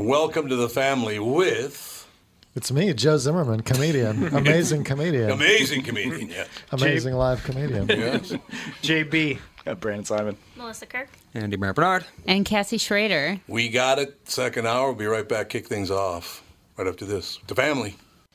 Welcome to the family with It's me, Joe Zimmerman, comedian, amazing comedian, amazing comedian. Yes. amazing live comedian. yes. JB. Uh, Brandon Simon. Melissa Kirk. Andy Brant Bernard. And Cassie Schrader. We got it. Second hour. We'll be right back. Kick things off right after this. The family.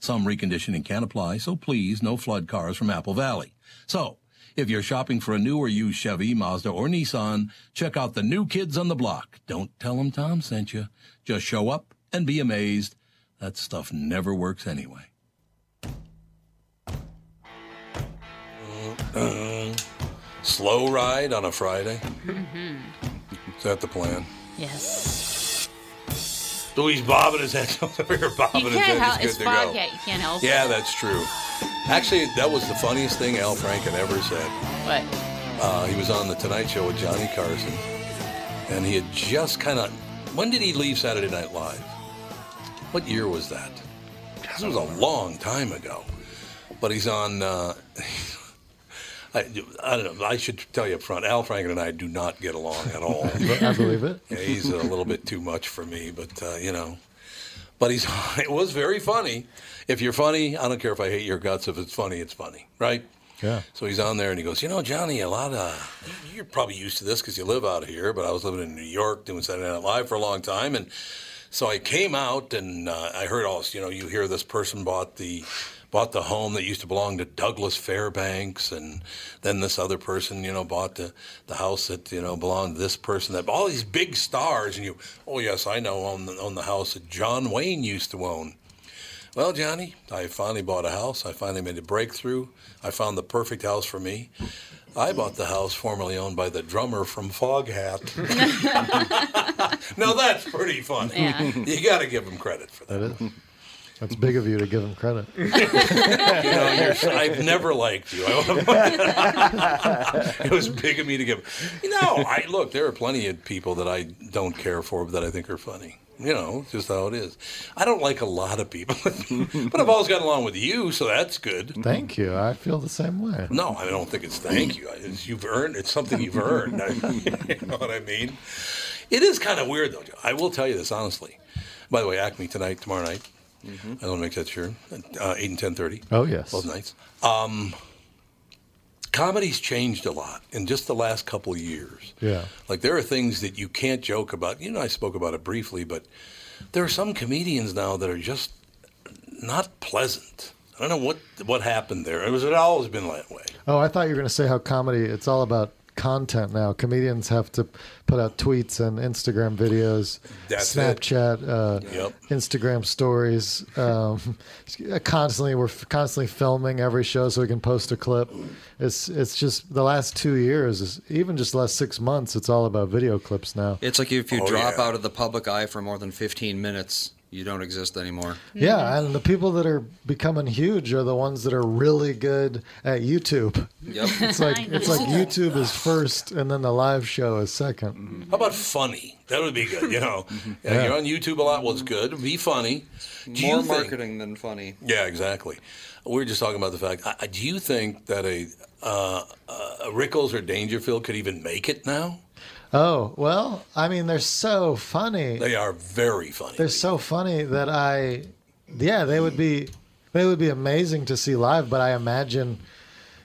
Some reconditioning can apply, so please no flood cars from Apple Valley. So, if you're shopping for a new or used Chevy, Mazda, or Nissan, check out the new kids on the block. Don't tell them Tom sent you. Just show up and be amazed. That stuff never works anyway. Slow ride on a Friday. Is that the plan? Yes. Louis bobbing his head over here, bobbing You his head. can't help He's it's good to fog go. yet. You can't help Yeah, that's true. Actually, that was the funniest thing Al Franken ever said. it. But Uh, he was on the Tonight Show with Johnny Carson, and he had just kind of. When did he leave Saturday Night Live? What year was that? This was a long time ago. But he's on. Uh, I, I don't know. I should tell you up front. Al Franken and I do not get along at all. I believe it. Yeah, he's a little bit too much for me, but uh, you know. But he's it was very funny. If you're funny, I don't care if I hate your guts. If it's funny, it's funny, right? Yeah. So he's on there and he goes, you know, Johnny, a lot of you're probably used to this because you live out here, but I was living in New York doing Saturday Night Live for a long time, and so I came out and uh, I heard all you know. You hear this person bought the bought the home that used to belong to Douglas Fairbanks, and then this other person you know bought the the house that you know belonged to this person. That all these big stars, and you oh yes, I know own the, own the house that John Wayne used to own. Well, Johnny, I finally bought a house. I finally made a breakthrough. I found the perfect house for me. I bought the house formerly owned by the drummer from Foghat. now that's pretty funny. Yeah. You got to give him credit for that. That is. That's big of you to give him credit. You know, you're, I've never liked you. it was big of me to give. You know, I look. There are plenty of people that I don't care for, but that I think are funny. You know, it's just how it is. I don't like a lot of people, but I've always gotten along with you, so that's good. Thank you. I feel the same way. No, I don't think it's thank you. It's, you've earned. It's something you've earned. you know what I mean? It is kind of weird, though. I will tell you this honestly. By the way, Acme tonight, tomorrow night. I want to make that sure. Uh, Eight and ten thirty, Oh yes. both nights. Um, comedy's changed a lot in just the last couple of years. Yeah. Like there are things that you can't joke about. You know, I spoke about it briefly, but there are some comedians now that are just not pleasant. I don't know what what happened there. It was it always been that way. Oh, I thought you were going to say how comedy. It's all about content now. Comedians have to put out tweets and Instagram videos, That's it. Snapchat, Uh, Yep. Instagram stories. Um, constantly, we're f- constantly filming every show so we can post a clip. It's it's just the last two years, is- even just the last six months, it's all about video clips now. It's like if you Oh, drop yeah. out of the public eye for more than 15 minutes, you don't exist anymore. Yeah, and the people that are becoming huge are the ones that are really good at YouTube. Yep. It's like I it's know. like YouTube is first, and then the live show is second. How about funny? That would be good. You know, Uh, you're on YouTube a lot. Well, it's good. Be funny. Do you more think- marketing than funny. Yeah, exactly. We were just talking about the fact. I- I- Do you think that a, uh, a Rickles or Dangerfield could even make it now? Oh well, I mean they're so funny. They are very funny. They're so funny that I, yeah, they would be, they would be amazing to see live. But I imagine,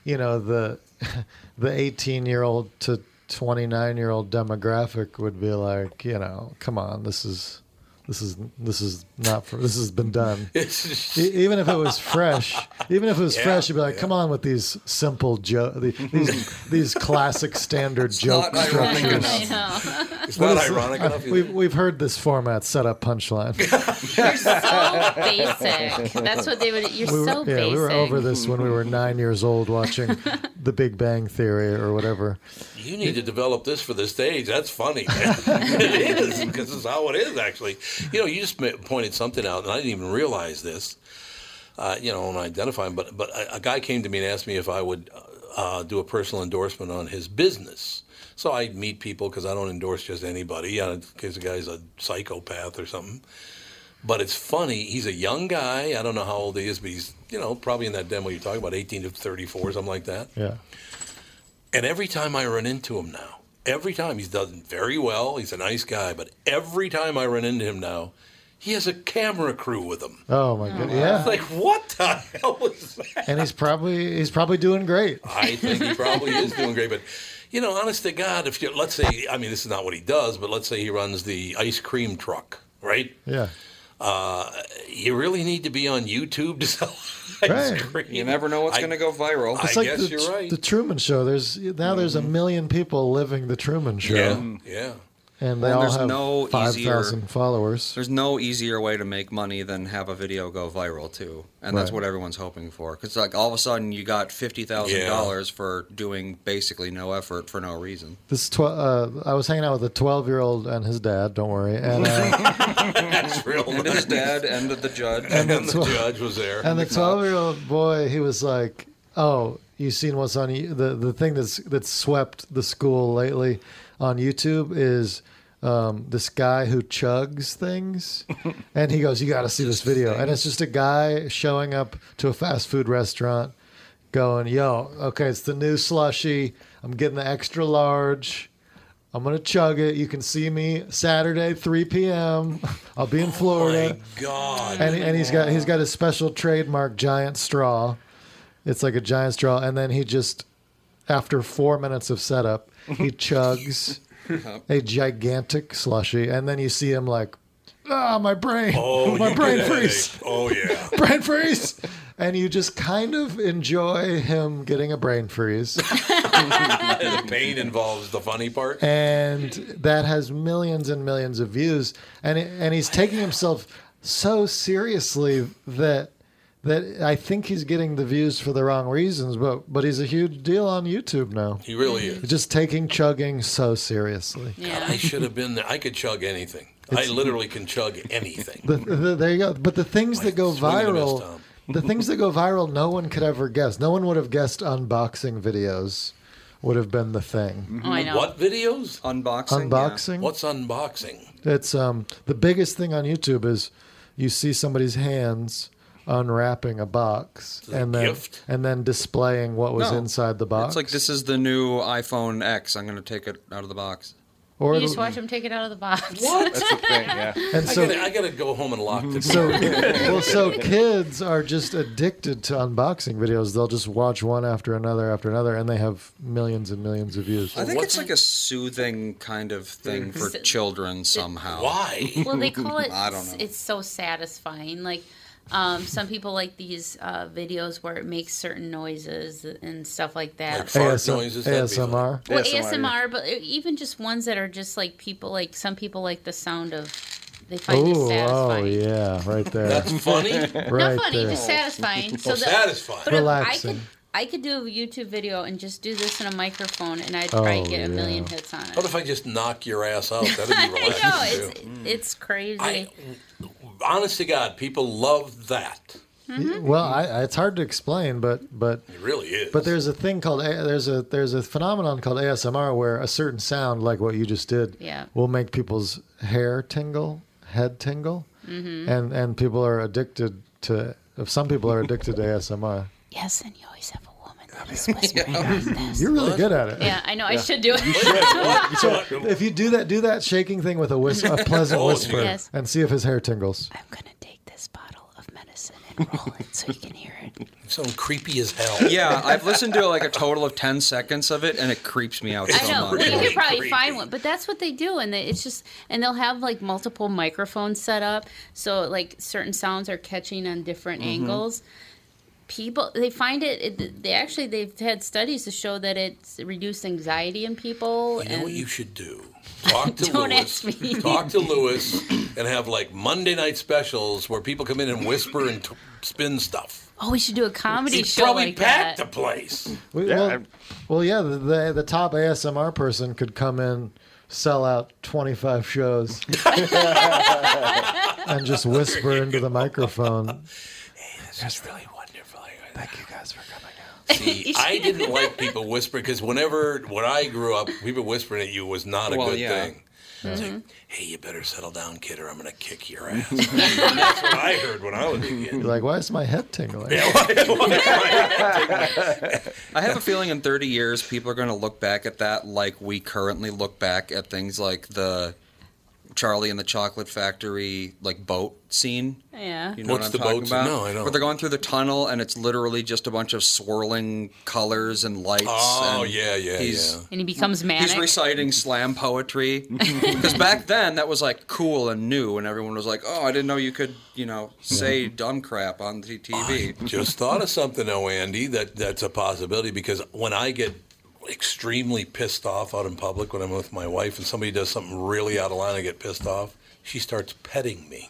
you know, the the eighteen year old to twenty nine year old demographic would be like, you know, come on, this is. This is this is not for this has been done. E- even if it was fresh, even if it was fresh, you'd be like, "Come on with these simple jokes, these these classic standard joke not ironic structures." I know. it's not is- ironic enough. either. We've we've heard this format set up punchline. You're so basic. That's what they would. You're We were, so yeah, basic. we were over this when we were nine years old watching The Big Bang Theory or whatever. You need to develop this for the stage. That's funny. man. it is because it's how it is actually. You know, you just ma- pointed something out, and I didn't even realize this. Uh, you know, and I identify him, but but a, a guy came to me and asked me if I would uh, uh, do a personal endorsement on his business. So I meet people because I don't endorse just anybody, uh, in case the guy's a psychopath or something. But it's funny. He's a young guy. I don't know how old he is, but he's you know probably in that demo you're talking about, 18 to 34, something like that. Yeah, And every time I run into him now, every time he's done very well, he's a nice guy, but every time I run into him now, he has a camera crew with him. Oh my god. Yeah. It's like, what the hell was that? And he's probably he's probably doing great. I think he probably is doing great, but you know, honest to God, if you let's say, I mean, this is not what he does, but let's say he runs the ice cream truck, right? Yeah. You really need to be on YouTube to sell ice Right. cream. You never know what's I- going to go viral. I- It's like guess the, you're right. the Truman Show. There's now there's a million people living the Truman Show, Yeah, yeah. and they Well, all there's have no five easier- thousand followers. There's no easier way to make money than have a video go viral too, and that's Right. what everyone's hoping for. Because like all of a sudden you got fifty thousand dollars for doing basically no effort for no reason. This tw- uh, I was hanging out with a twelve year old and his dad. Don't worry. And uh, It's real. And his dad and the judge. And the judge was there. and the twelve year old boy, he was like, "Oh, you seen what's on you- the the thing that's that's swept the school lately on YouTube is." Um, this guy who chugs things, and he goes, "You got to see this video." And it's just a guy showing up to a fast food restaurant, going, "Yo, okay, it's the new slushy. I'm getting the extra large. I'm gonna chug it. You can see me Saturday, 3 p.m. I'll be in Florida." My God. and, and he's got he's got his special trademark giant straw. It's like a giant straw, and then he just after four minutes of setup, he chugs a gigantic slushy, and then you see him like, ah, my brain, Oh, my you brain get a freeze, headache. Oh, yeah. brain freeze, and you just kind of enjoy him getting a brain freeze, the pain involves the funny part. and that has millions and millions of views, and and he's taking himself so seriously that that I think he's getting the views for the wrong reasons, but but he's a huge deal on YouTube now. He really is. Just taking chugging so seriously. I Yeah. should have been there. I could chug anything. I literally can chug anything. The, the, there you go. But the things that go swing and a miss, viral, Tom. the things that go viral, no one could ever guess. No one would have guessed unboxing videos would have been the thing. Oh, I know. What videos? Unboxing. Unboxing. What's unboxing? It's um the biggest thing on YouTube is you see somebody's hands unwrapping a box a and then gift? and then displaying what was No. inside the Yeah. box. It's like this is the new iPhone X. I'm going to take it out of the box. or You the- just watch him take it out of the box. That's the thing, yeah. and I, so gotta, I gotta go home and lock this. So well, so kids are just addicted to unboxing videos. They'll just watch one after another after another, and they have millions and millions of views. I think it's like a soothing kind of thing for S- children somehow. Why? Well, they call it. I don't know. It's so satisfying. Like Um, some people like these uh, videos where it makes certain noises and stuff like that. Like fart noises. that'd be fun. ASMR. well, ASMR, ASMR, but e, even just ones that are just like people like some people like the sound of they find Ooh, it oh satisfying. yeah, right there, That's funny. right Not funny, there. just satisfying. So Oh, the- satisfying. But if I Relaxing. could, I could do a YouTube video and just do this in a microphone, and I'd Oh, probably get a million yeah. hits on it. What if I just knock your ass out? That'd I be relaxing. know too. it's it's crazy. I, honest to God, people love that. Mm-hmm. Well, I, it's hard to explain, but but It really is. But there's a thing called A- there's a there's a phenomenon called ASMR where a certain sound like what you just did Yeah. will make people's hair tingle, head tingle, Mm-hmm. and and people are addicted to. If some people are addicted to ASMR, yes, and you always have a woman that is whispering like this. you're really good at it. Yeah, I know. I should do it. What? What? If you do that, do that shaking thing with a whisper, a pleasant Oh, whisper, Yes. and see if his hair tingles. I'm gonna take this bottle of medicine and roll it so you can hear it. Sound creepy as hell. Yeah, I've listened to like a total of ten seconds of it, and it creeps me out so I know. much. Well, you could probably Creepy. find one, but that's what they do, and they, it's just and they'll have like multiple microphones set up, so like certain sounds are catching on different Mm-hmm. angles. People they find it, it. They actually they've had studies to show that it's reduced anxiety in people. You know what and- you should do? Talk to Don't Lewis. ask me. Talk to Lewis and have like Monday night specials where people come in and whisper and t- spin stuff. oh, we should do a comedy He's show probably like packed that. the place. We, Yeah, well, I'm- well, yeah, the, the the top ASMR person could come in, sell out 25 shows, and just whisper into the microphone. It's just really wonderful. Thank you guys for coming out. See, I didn't like people whispering because whenever when I grew up, people whispering at you was not a Well, good yeah. thing. It's Mm-hmm. like, hey, you better settle down, kid, or I'm gonna kick your ass. That's what I heard when I was a kid. Like, why is my head tingling? I have a feeling in 30 years, people are going to look back at that like we currently look back at things like the Charlie and the Chocolate Factory like boat scene. Yeah. You know what What's I'm the talking boats? about? No, I don't. Where they're going through the tunnel and it's literally just a bunch of swirling colors and lights. Oh and yeah, yeah, he's- yeah. And he becomes manic. He's reciting slam poetry because back then that was like cool and new, and everyone was like, "Oh, I didn't know you could, you know, say dumb crap on the TV." Just thought of something though, Andy. That that's a possibility because when I get extremely pissed off out in public when I'm with my wife and somebody does something really out of line, I get pissed off. She starts petting me.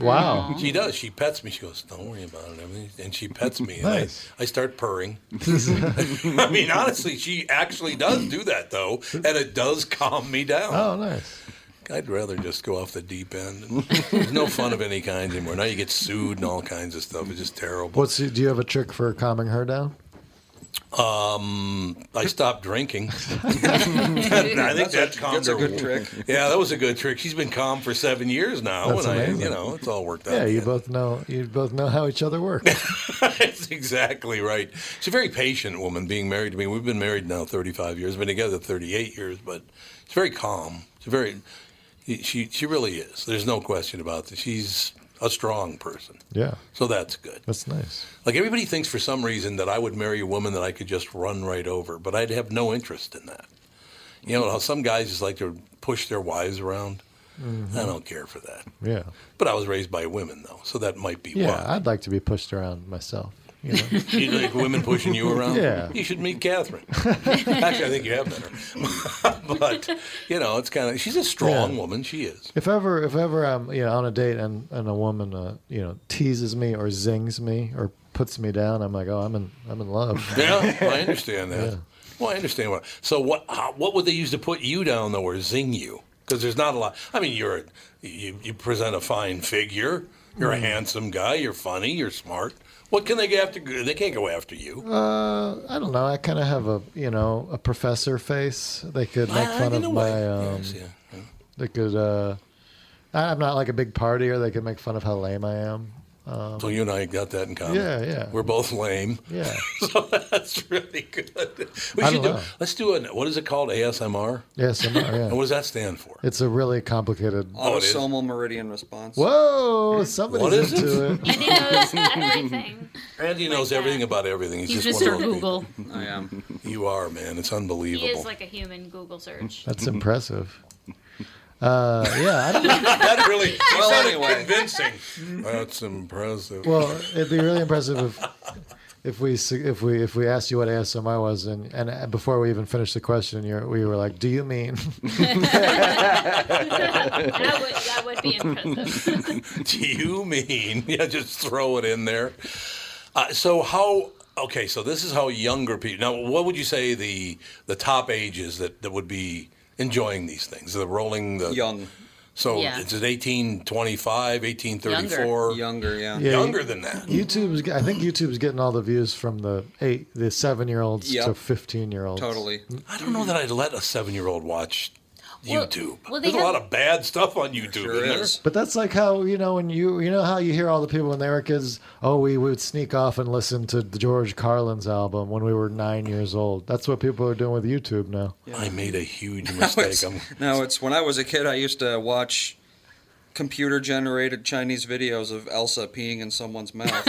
Wow. She does. She pets me. She goes, "Don't worry about it." Everything. And she pets me. Nice. And I, I start purring. I mean, honestly, she actually does do that though, and it does calm me down. Oh, nice. I'd rather just go off the deep end. There's no fun of any kind anymore. Now you get sued and all kinds of stuff. It's just terrible. What's do you have a trick for calming her down? I stopped drinking. I think that calmed That's a her. good trick. Yeah, that was a good trick. She's been calm for seven years now, That's and I, amazing. you know, it's all worked out. Yeah, you both know you both know how each other work. That's exactly right. She's a very patient woman being married to me. We've been married now 35 years, been together 38 years, but she's very calm. She's very, she, she really is. There's no question about that. She's a strong person. Yeah, So that's good. that's nice. Like everybody thinks for some reason that I would marry a woman that I could just run right over, but I'd have no interest in that. You know how some guys just like to push their wives around? Mm-hmm. I don't care for that. Yeah, But I was raised by women, though, so that might be yeah. why. I'd like to be pushed around myself. You know? You like women pushing you around? Yeah. You should meet Catherine. Actually, I think you have met her. but, you know, it's kind of, she's a strong Yeah. woman. She is. If ever, if ever I'm you know on a date and and a woman uh, you know teases me or zings me or puts me down, I'm like, oh, I'm in I'm in love. Yeah, I understand that. Well, I understand what. So, what how, what would they use to put you down, though, or zing you? Because there's not a lot. I mean, you're, you, you present a fine figure. You're Hmm. a handsome guy. You're funny. You're smart. What can they go after? They can't go after you. Uh, I don't know. I kind of have a you know a professor face. They could make Ah, fun in of a way. my. Um, Yes, yeah. They could. Uh, I- I'm not like a big partier. They could make fun of how lame I am. So you and I got that in common. um, Yeah, yeah. We're both lame. Yeah. so that's really good. We I should don't do. know. Let's do an. What is it called? ASMR. Yes. I'm, And yeah. what does that stand for? It's a really complicated. Oh, it is. Autosomal meridian response. Whoa! What Somebody's is into it. He knows everything. Andy knows everything about everything. He's, He's just Mr. one of those people. Google. I am. You are man. It's He unbelievable. is like a human Google search. That's impressive. Uh, yeah, I don't know. That really Well, well, anyway. convincing. That's impressive. Well, it'd be really impressive if if we s- if we if we asked you what ASMR was, and and before we even finished the question, you we were like, "Do you mean?" That would, that would be impressive. Do you mean? Yeah, just throw it in there. Uh, so how? Okay, so this is how younger people. Now, what would you say the the top ages that that would be enjoying these things? The rolling the Young, So Yeah. it's at 1825, 1834. younger, yeah. Yeah. Younger than that. YouTube's I think YouTube's getting all the views from the eight the seven year olds Yeah. to fifteen year olds. Totally. I don't know that I'd let a seven year old watch Well- YouTube. well, they There's a have- lot of bad stuff on YouTube. Sure isn't there? is. But that's like how you know when you you know how you hear all the people when they were kids. Oh, we would sneak off and listen to the George Carlin's album when we were nine years old. That's what people are doing with YouTube now. I made a huge mistake. I'm, No, it's when I was a kid, I used to watch computer generated Chinese videos of Elsa peeing in someone's mouth.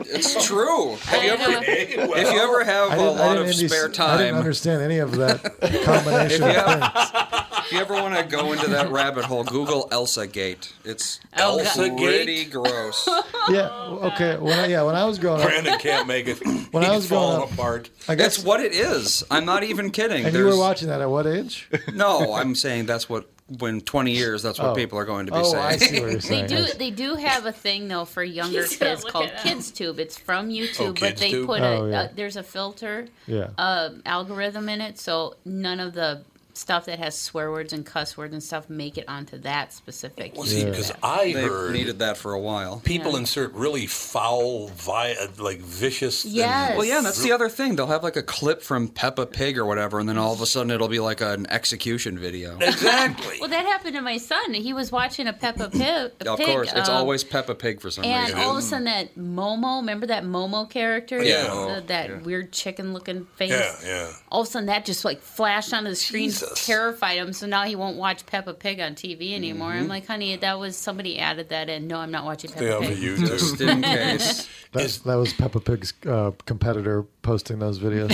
it's true. Have you ever, if you ever have a lot of really- spare I didn't time, understand any of that combination If you of have- things. if you ever want to go into that rabbit hole, Google Elsa Gate. It's Oh, Elsa God. pretty gross. Yeah. Okay. Oh, When I, yeah, when I was growing up, Brandon can't make it. When I He's was growing falling up- apart. I guess. That's what it is. I'm not even kidding. and you were watching that at what age? No, I'm saying that's what when 20 years, that's what Oh. people are going to be Oh, saying. I see what you're saying. They do. They do have a thing though for younger He's gonna kids look called it up. Kids Tube. It's from YouTube, Oh, but they KidsTube? put Oh, a, yeah. a there's a filter Yeah. uh, algorithm in it, so none of the stuff that has swear words and cuss words and stuff make it onto that specific. Well, see, Yeah. because I They heard needed that for a while. people Yeah. insert really foul, vi- like vicious. and- Yes. Well, yeah, and that's the other thing. They'll have like a clip from Peppa Pig or whatever, and then all of a sudden it'll be like an execution video. exactly. Well, that happened to my son. He was watching a Peppa Pig. of course, it's um, always Peppa Pig for some And reason. all of a sudden, that Momo, remember that Momo character? Yeah. The- that weird chicken looking face. yeah, yeah. All of a sudden, that just like flashed onto the screen, Jesus. terrified him. So now he won't watch Peppa Pig on TV anymore. Mm-hmm. I'm like, honey, that was somebody added that in. No, I'm not watching Peppa They have a Pig. Just YouTube. in case. That, Is- that was Peppa Pig's uh, competitor posting those videos.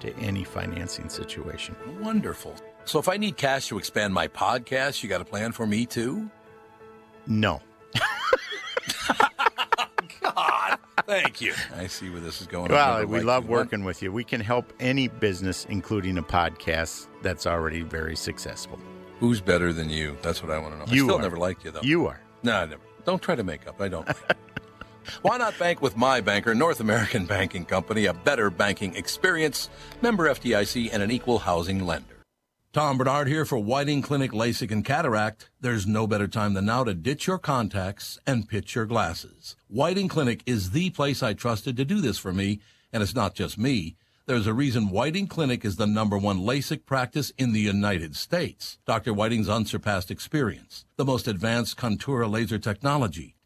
to any financing situation. Wonderful. So if I need cash to expand my podcast, you got a plan for me too? No. Thank you. I see where this is going. I've Well, Oh, never we liked love you. working with you. We can help any business, including a podcast that's already very successful. Who's better than you? That's what I want to know. You I still are. never liked you though. You are. No, I never. Don't try to make up. I don't. like it. Why not bank with my banker, North American Banking Company, a better banking experience, member FDIC, and an equal housing lender? Tom Bernard here for Whiting Clinic LASIK and Cataract. There's no better time than now to ditch your contacts and pitch your glasses. Whiting Clinic is the place I trusted to do this for me, and it's not just me. There's a reason Whiting Clinic is the number one LASIK practice in the United States. Dr. Whiting's unsurpassed experience, the most advanced Contura laser technology,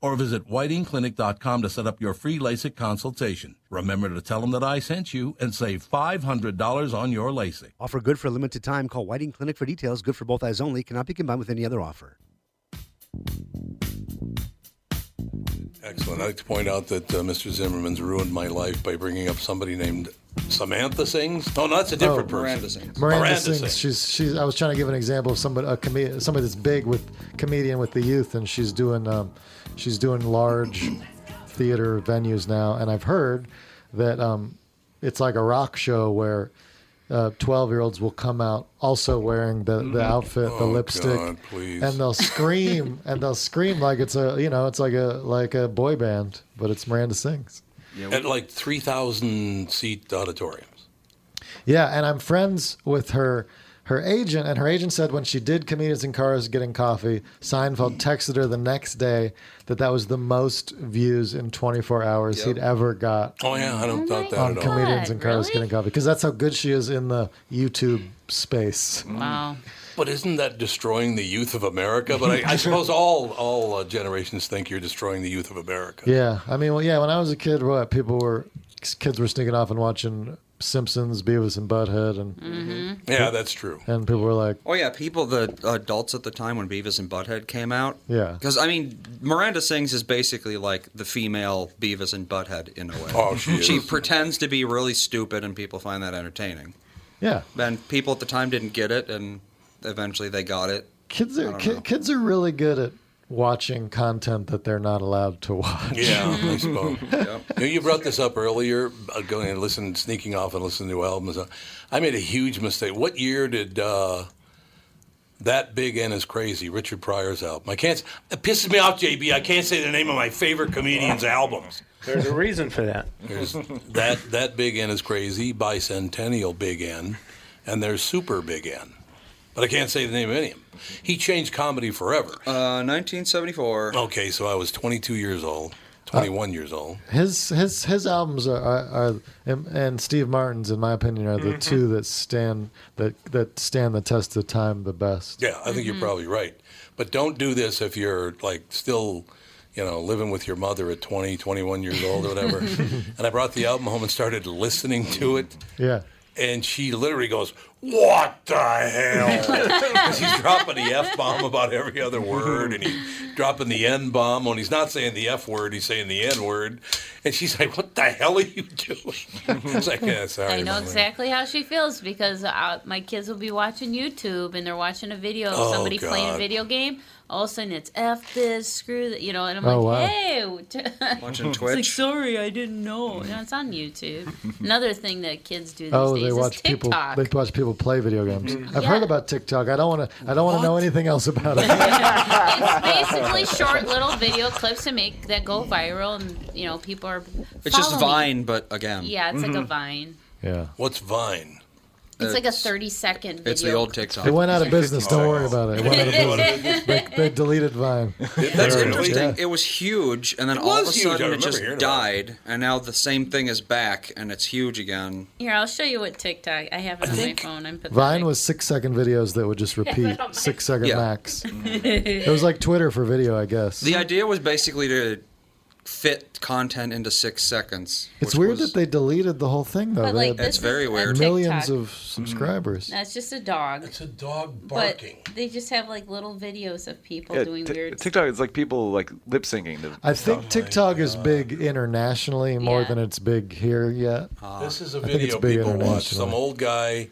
or visit whitingclinic.com to set up your free LASIK consultation. Remember to tell them that I sent you and save $500 on your LASIK. Offer good for a limited time. Call Whiting Clinic for details. Good for both eyes only. Cannot be combined with any other offer. Excellent. I'd like to point out that uh, Mr. Zimmerman's ruined my life by bringing up somebody named Samantha Sings. No, no, that's a different person. Oh, Miranda Sings. Miranda, Miranda sings. Sings. She's she's. I was trying to give an example of somebody a comedian, somebody that's big with comedian with the youth, and she's doing um, she's doing large theater venues now. And I've heard that um, it's like a rock show where twelve year olds will come out also wearing the, the outfit, the Oh, lipstick, God, please. and they'll scream and they'll scream like it's a you know it's like a like a boy band, but it's Miranda sings. At like 3,000 seat auditoriums. Yeah, and I'm friends with her her agent, and her agent said when she did comedians in cars getting coffee, Seinfeld texted her the next day that that was the most views in 24 hours Yep. he'd ever got Oh, yeah, I don't Oh doubt my that on at God. all. comedians in cars really? getting coffee because that's how good she is in the YouTube space. Wow. But isn't that destroying the youth of America? But I, I suppose all all uh, generations think you're destroying the youth of America. Yeah, I mean, well, yeah, when I was a kid, what people were kids were sneaking off and watching Simpsons, Beavis and Butthead, and Yeah, that's true. and people were like, Oh yeah, people, the adults at the time when Beavis and Butthead came out. Yeah. Because I mean, Miranda Sings is basically like the female Beavis and Butthead in a way. Oh, she She is. pretends to be really stupid, and people find that entertaining. yeah, And people at the time didn't get it, and eventually they got it. kids I are don't ki- know. kids are really good at watching content that they're not allowed to watch. Yeah, I suppose. Yep. You, know, you brought this up earlier, uh, going and listen, sneaking off and listening to albums. Uh, I made a huge mistake. What year did uh, that big N is crazy? Richard Pryor's album. I can't. It pisses me off, JB. I can't say the name of my favorite comedian's albums. There's a reason for that. There's that that big N is crazy. Bicentennial big N, and there's super big N. But I can't say the name of any of them. He changed comedy forever. Uh, 1974. okay, so I was 22 years old, 21 years old. His his his albums are are, are and, and Steve Martin's, in my opinion, are Mm-hmm. the two that stand that that stand the test of time the best. Yeah, I think Mm-hmm. you're probably right. But don't do this if you're like still, you know, living with your mother at 20, 21 years old or whatever. and I brought the album home and started listening to it. Yeah, And she literally goes, What the hell? 'Cause he's dropping the F bomb about every other word, and he's dropping the N bomb. When he's not saying the F word, he's saying the N word. And she's like, What the hell are you doing? It's like, yeah, sorry. I know Mama." exactly how she feels because uh, my kids will be watching YouTube and they're watching a video of Oh, somebody playing God. a video game. All of a sudden, it's f this, screw that, you know. And I'm Oh, like, wow. hey, Mm-hmm. Watching it's like Twitch. sorry, I didn't know. No, it's on YouTube. Another thing that kids do these Oh, days they is watch people. TikTok. Mm-hmm. They watch people play video games. I've Yeah. heard about TikTok. I don't want to. I don't want to know anything else about it. it's basically short little video clips to make that go viral, and you know people are. It's just following. Vine, but again. Yeah, it's Mm-hmm. like a Vine. yeah, What's Vine? It's, like a thirty second. Video. It's the old it TikTok. went out of business. Don't worry about it. It went out of business. They, they deleted Vine. That's There it is. interesting. Yeah. It was huge, and then all was of a huge, I sudden it remember just hearing about it. died, and now the same thing is back, and it's huge again. Here, I'll show you what TikTok. I have it I on think my phone. I'm pathetic. Vine was six second videos that would just repeat Oh my- six second Yeah. max. It was like Twitter for video, I guess. The idea was basically to fit content into six seconds. it's which weird was- that they deleted the whole thing though. But They like had It's this is very a weird. Mm. millions TikTok. of subscribers. That's just a dog. It's a dog But barking. they just have like little videos of people Yeah, doing Ti- weird. TikTok is like people like lip syncing. To I Oh think TikTok is big internationally more Yeah. than it's big here yet. Uh, This is a think it's video big people watch. internationally. Some old guy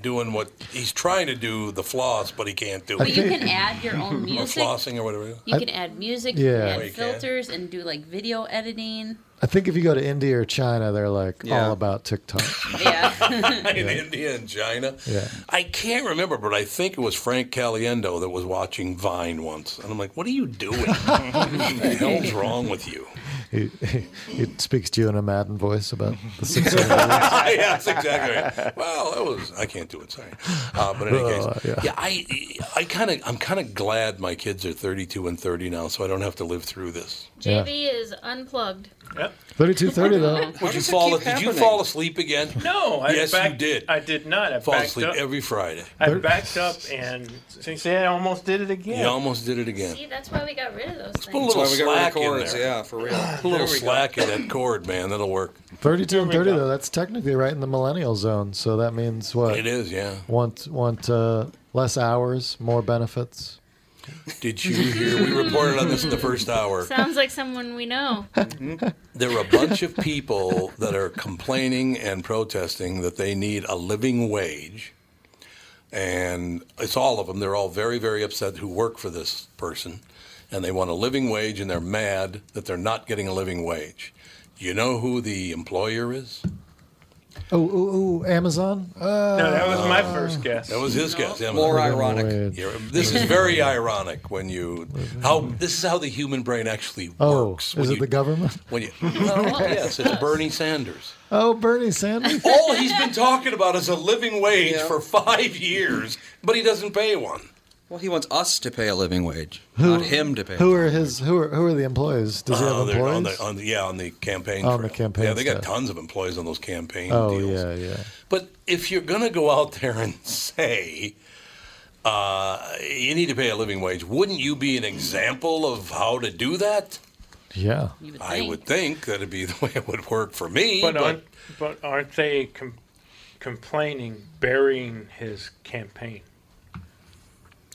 doing what he's trying to do the floss, but he can't do I But it. you think- can add your own Or music. flossing or whatever. You I- can add music. Yeah. You can Oh, you add can. filters and do like video editing. I think if you go to India or China, they're like Yeah. all about TikTok. Yeah. In India and China. Yeah. I can't remember, but I think it was Frank Caliendo that was watching Vine once. And I'm like, what are you doing? what the hell's wrong with you? he, he, he speaks to you in a Madden voice about the six. yeah, that's exactly right. Well, that was I can't do it. Sorry, uh, but in any case, Uh, yeah. yeah. I, I kind of, I'm kind of glad my kids are 32 and 30 now, so I don't have to live through this. Yeah. JB is unplugged. Thirty-two thirty though. Would you does it fall? keep Did you happening? fall asleep again? no, I Yes, you backed- did. I did not. I Fall backed asleep up. every Friday. I backed up and see, I almost did it again. You almost did it again. See, that's why we got rid of those Put a things. That's little why we got rid of slack in chords, there. yeah, for real. Put a little slack in that cord, man. That'll work. Thirty-two and Here we thirty go. though. That's technically right in the millennial zone. So that means what? It is, yeah. Want want uh, less hours, more benefits. Did you hear? We reported on this in the first hour. Sounds like someone we know. There are a bunch of people that are complaining and protesting that they need a living wage. And it's all of them. They're all very, very upset who work for this person. And they want a living wage and they're mad that they're not getting a living wage. You know who the employer is? Oh, ooh, ooh, Amazon. Oh. Uh, No, that was my first guess. That was his guess. Amazon. More ironic. Yeah, this is very ironic when you how this is how the human brain actually Oh, works. is when it you- the government? When you, no, yes, it's Bernie Sanders. Oh, Bernie Sanders. All he's been talking about is a living wage for five years, but he doesn't pay one. Well, he wants us to pay a living wage, Who- not him to pay. Who are his? Who are who are the employees? Does he have Oh, they're employees? On the, on the, yeah, on the campaign. On the trail. campaign Yeah, they got trail. tons of employees on those campaign oh deals. yeah, yeah. But if you're going to go out there and say uh, you need to pay a living wage, wouldn't you be an example of how to do that? Yeah. I would think that'd be the way it would work for me. But But, aren't, but aren't they com- complaining, burying his campaign?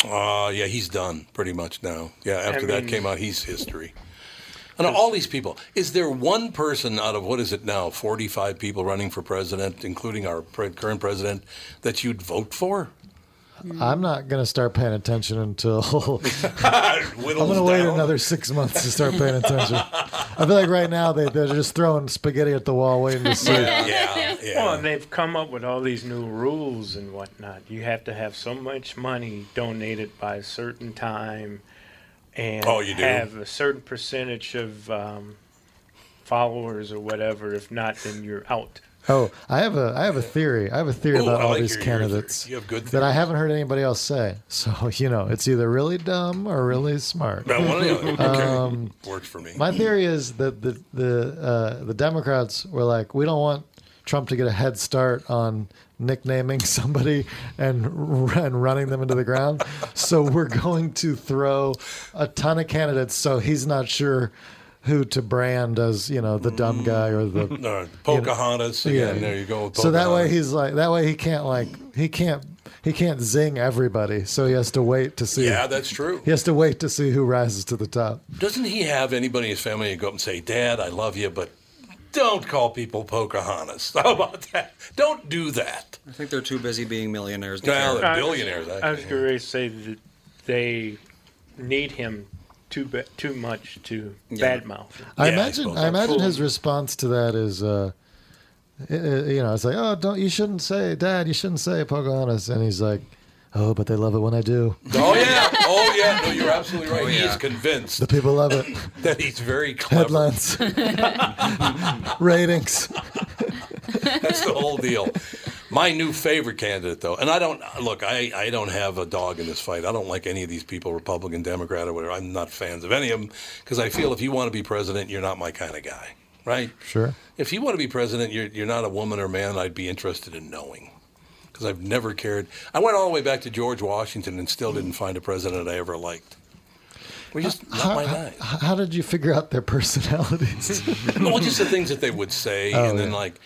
uh, yeah, he's done pretty much now. Yeah, after that mean- came out, he's history. And all these people, is there one person out of what is it now, 45 people running for president, including our pre- current president, that you'd vote for? I'm not gonna start paying attention until Whittles I'm gonna wait down. another six months to start paying attention. I feel like right now they they're just throwing spaghetti at the wall, waiting to see. Yeah, yeah. Well, and they've come up with all these new rules and whatnot. You have to have so much money donated by a certain time, and Oh, you do? have a certain percentage of um, followers or whatever. If not, then you're out. Oh, I have a I have a theory. I have a theory Ooh, about I all like these your- your candidates theory. You have good that I haven't heard anybody else say. So you know, it's either really dumb or really smart. About one or the other. Okay. Works for me. Um, My theory is that the the uh, the Democrats were like, we don't want Trump to get a head start on nicknaming somebody and r- and running them into the ground, so we're going to throw a ton of candidates, so he's not sure who to brand as you know the dumb guy or the All right, Pocahontas again. There you go. With so that way Pocahontas. he's like that way he can't like he can't he can't zing everybody, so he has to wait to see. Yeah, that's true. He has to wait to see who rises to the top. Doesn't he have anybody in his family who go up and say, Dad, I love you, but don't call people Pocahontas? How about that? Don't do that. I think they're too busy being millionaires. To Well, care. they're billionaires. I was actually. going to say that they need him too ba- too much to badmouth. him. I Yeah, I imagine. suppose I, that's imagine cool. his response to that is, uh, i- i- you know, it's like, oh, don't you shouldn't say, Dad, you shouldn't say Pocahontas, and he's like, oh, but they love it when I do. Oh, yeah. Oh, yeah. No, you're absolutely right. He is convinced The people love it. that he's very clever. Headlines, ratings. That's the whole deal. My new favorite candidate, though, and I don't look. I, I don't have a dog in this fight. I don't like any of these people, Republican, Democrat, or whatever. I'm not fans of any of them because I feel if you want to be president, you're not my kind of guy, right? Sure. If you want to be president, you're you're not a woman or man. I'd be interested in knowing because I've never cared. I went all the way back to George Washington and still didn't find a president I ever liked. We're just not my guy. H- How did you figure out their personalities? well, just the things that they would say, and then like,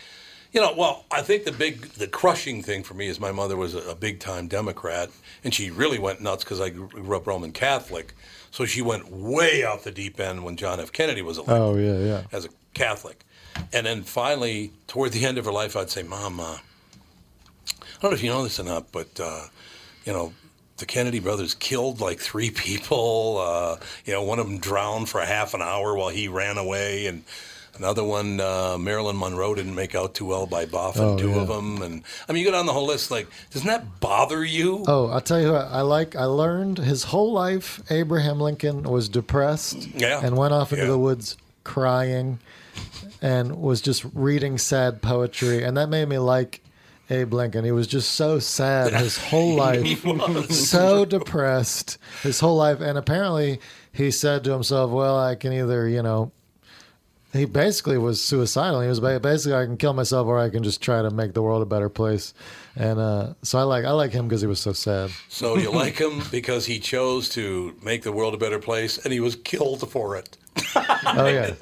you know, well, I think the big, the crushing thing for me is my mother was a, a big time Democrat, and she really went nuts because I grew- grew up Roman Catholic, so she went way off the deep end when John F. Kennedy was elected oh yeah, yeah. as a Catholic. And then finally, toward the end of her life, I'd say, Mom, uh, I don't know if you know this or not, but, uh, you know, the Kennedy brothers killed like three people. Uh, you know, one of them drowned for half an hour while he ran away. And another one, uh, Marilyn Monroe didn't make out too well by boffing Oh, two yeah. of them. And I mean, you go down the whole list, like, doesn't that bother you? Oh, I'll tell you what, I like. I learned his whole life Abraham Lincoln was depressed Yeah. and went off into Yeah. the woods crying and was just reading sad poetry. And that made me like Abe Lincoln. He was just so sad his whole life, so depressed his whole life. And apparently he said to himself, Well, I can either, you know, he basically was suicidal. He was ba- basically, I can kill myself, or I can just try to make the world a better place. And uh, so I like, I like him because he was so sad. So you like him because he chose to make the world a better place and he was killed for it. Oh yeah,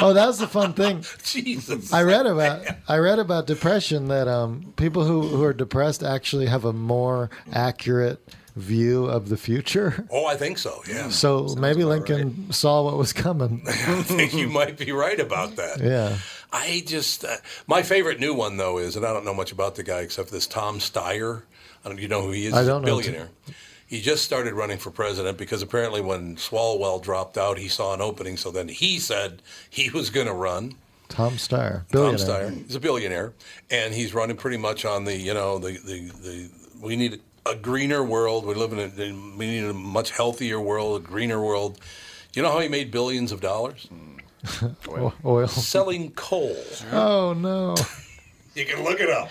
Oh, that was the fun thing. Jesus. I read about I read about depression that um, people who, who are depressed actually have a more accurate view of the future. Oh, I think so. Yeah. So maybe Lincoln saw what was coming. I think you might be right about that. Mm. Yeah. I just uh, my favorite new one though is, and I don't know much about the guy except this Tom Steyer. I don't, you know who he is? I He's don't a know. billionaire. He just started running for president because apparently when Swalwell dropped out, he saw an opening. So then he said he was going to run. Tom Steyer, Tom billionaire. Steyer. He's a billionaire, and he's running pretty much on the you know the the, the we need a greener world. We live in a we need a much healthier world, a greener world. You know how he made billions of dollars O- Oil. selling coal. Oh no. You can look it up.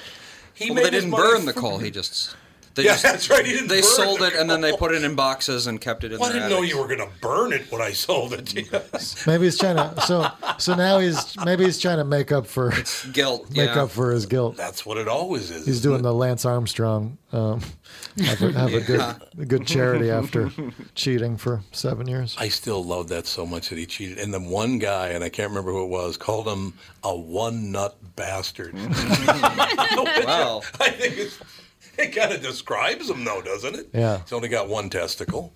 He Well, made they his didn't money burn the from- coal. He just they Yeah, just, that's right, he didn't they burn sold the it and then they put it in boxes and kept it in. Well, I their didn't know attics. you were going to burn it when I sold it to you. Maybe he's trying to so so now he's maybe he's trying to make up for guilt. make yeah. up for his guilt. That's what it always is. He's doing the Lance Armstrong. Um, have a, have a good a good charity after cheating for seven years. I still love that so much that he cheated. And then one guy, and I can't remember who it was, called him a one nut bastard. Wow. I think it's, it kind of describes him, though, doesn't it? Yeah. He's only got one testicle.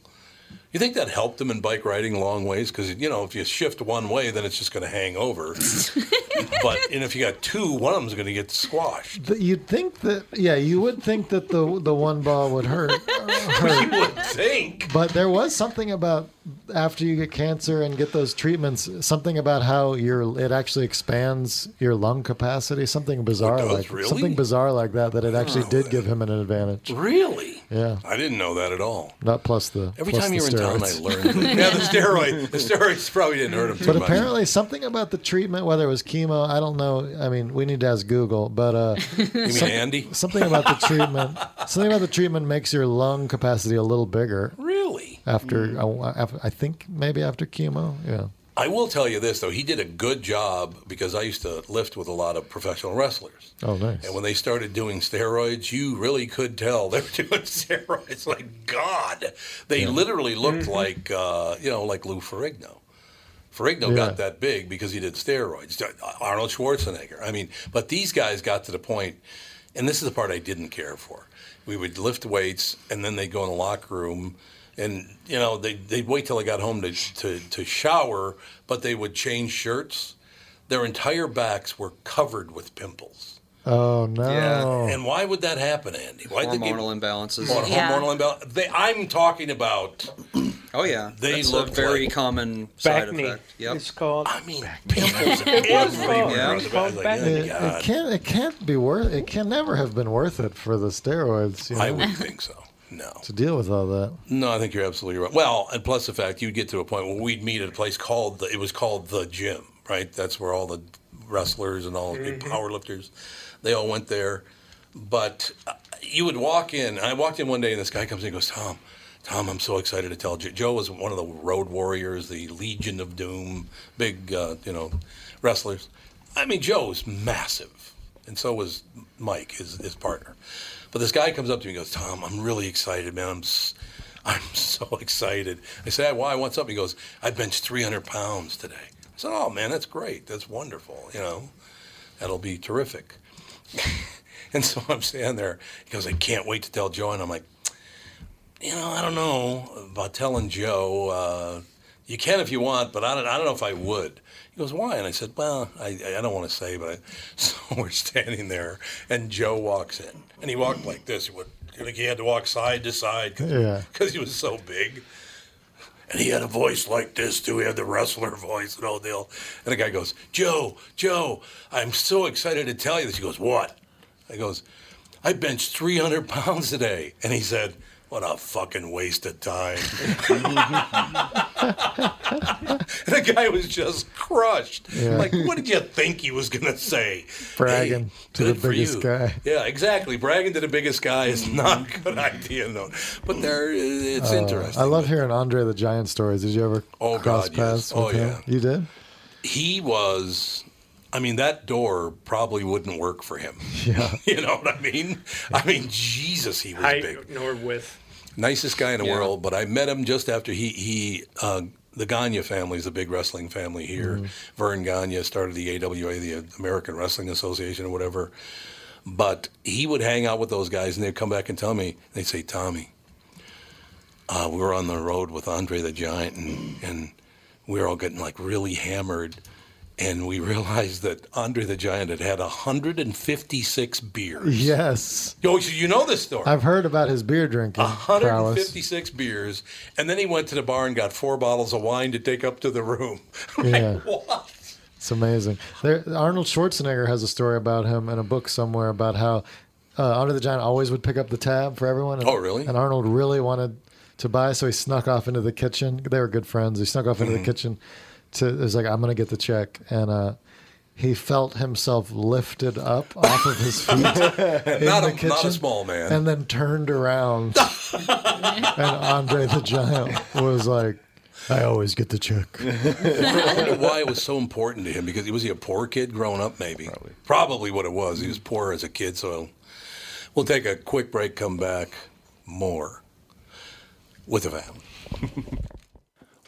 You think that helped him in bike riding long ways? Because, you know, if you shift one way, then it's just going to hang over. but and if you got two, one of them's going to get squashed. But You'd think that yeah, you would think that the the one ball would hurt, You would think. but there was something about after you get cancer and get those treatments, something about how your it actually expands your lung capacity, something bizarre does, like really? Oh, something bizarre like that that it actually did give him an advantage. Really? Yeah, I didn't know that at all. not plus the Every plus time the you were in town, I steroids. learned. yeah, the steroid. The steroids probably didn't hurt him too But much. apparently, something about the treatment, whether it was chemo, I don't know. I mean, we need to ask Google, but uh, you mean Andy? something about the treatment, something about the treatment makes your lung capacity a little bigger Really? after. Hmm. I, af- I think maybe after chemo. Yeah. I will tell you this though. He did a good job because I used to lift with a lot of professional wrestlers. Oh, nice. And when they started doing steroids, you really could tell they were doing steroids. Like God, they literally looked like uh, you know, like Lou Ferrigno. Ferrigno Yeah. got that big because he did steroids. Arnold Schwarzenegger. I mean, but these guys got to the point, and this is the part I didn't care for. We would lift weights, and then they'd go in the locker room, and you know they they'd wait till I got home to to, to shower, but they would change shirts. Their entire backs were covered with pimples. Oh no. Yeah. And why would that happen, Andy? Why did they give- Hormonal imbalances. Hormonal Yeah. imbalance. They, I'm talking about. Oh yeah, They That's look a very like- common Back side knee. effect. Yep. It's called. I mean, pimples was everywhere. wrong. I Yeah. was like, Back- oh, It, it God. can't. It can't be worth. It can never have been worth it for the steroids. You know, I wouldn't think so. No. to deal with all that. No, I think you're absolutely right. Well, and plus the fact you'd get to a point where we'd meet at a place called the, it was called the gym, right? That's where all the wrestlers and all the big power lifters, they all went there. But uh, you would walk in. I walked in one day, and this guy comes in and goes, Tom, Tom, I'm so excited to tell Joe. Joe was one of the Road Warriors, the Legion of Doom, big, uh, you know, wrestlers. I mean, Joe was massive, and so was Mike, his, his partner. But this guy comes up to me and goes, Tom, I'm really excited, man. I'm, s- I'm so excited. I said, why? What's up? He goes, I benched 300 pounds today. I said, oh, man, that's great. That's wonderful. You know, that'll be terrific. and so I'm standing there. He goes, I can't wait to tell Joe. And I'm like, you know, I don't know about telling Joe. Uh, you can if you want, but I don't, I don't know if I would. He goes, why? And I said, well, I, I don't want to say, but I... so we're standing there, and Joe walks in, and he walked like this. He, went, like he had to walk side to side because Yeah. he was so big. And he had a voice like this too. He had the wrestler voice and all deal. And the guy goes, Joe, Joe, I'm so excited to tell you this. He goes, What? I goes, I benched 300 pounds today. And he said, What a fucking waste of time. and the guy was just crushed. Yeah. Like, what did you think he was going to say? Bragging to good the for biggest you. guy. Yeah, exactly. Bragging to the biggest guy is not a good idea, no. But there, it's interesting. Oh, I love hearing Andre the Giant stories. Did you ever Oh, cross God, yes. paths? Oh, with him? yeah. You did. he was I mean that door probably wouldn't work for him. Yeah. you know what I mean? I mean Jesus he was Height big. nor width. Nicest guy in the world, but I met him just after he he uh, the Gagne family is a big wrestling family here. Vern Gagne started the AWA, the American Wrestling Association, or whatever. But he would hang out with those guys, and they'd come back and tell me, they'd say, Tommy, uh, we were on the road with Andre the Giant, and, and we were all getting like really hammered. And we realized that Andre the Giant had had 156 beers. Yes. Yo, so you know this story. I've heard about his beer drinking prowess. 156 beers, and then he went to the bar and got four bottles of wine to take up to the room. Yeah. What? It's amazing. There, Arnold Schwarzenegger has a story about him in a book somewhere about how uh, Under the Giant always would pick up the tab for everyone. And, Oh, really? And Arnold really wanted to buy, so he snuck off into the kitchen. They were good friends. He snuck off into Mhm. the kitchen to. It was like I'm gonna get the check, and uh, he felt himself lifted up off of his feet. in Not the not a kitchen, small man. And then turned around, and Andre the Giant was like, "I always get the check." I wonder why it was so important to him because was he a poor kid growing up? Maybe probably, what it was. He was poor as a kid. So we'll take a quick break. Come back more with a family.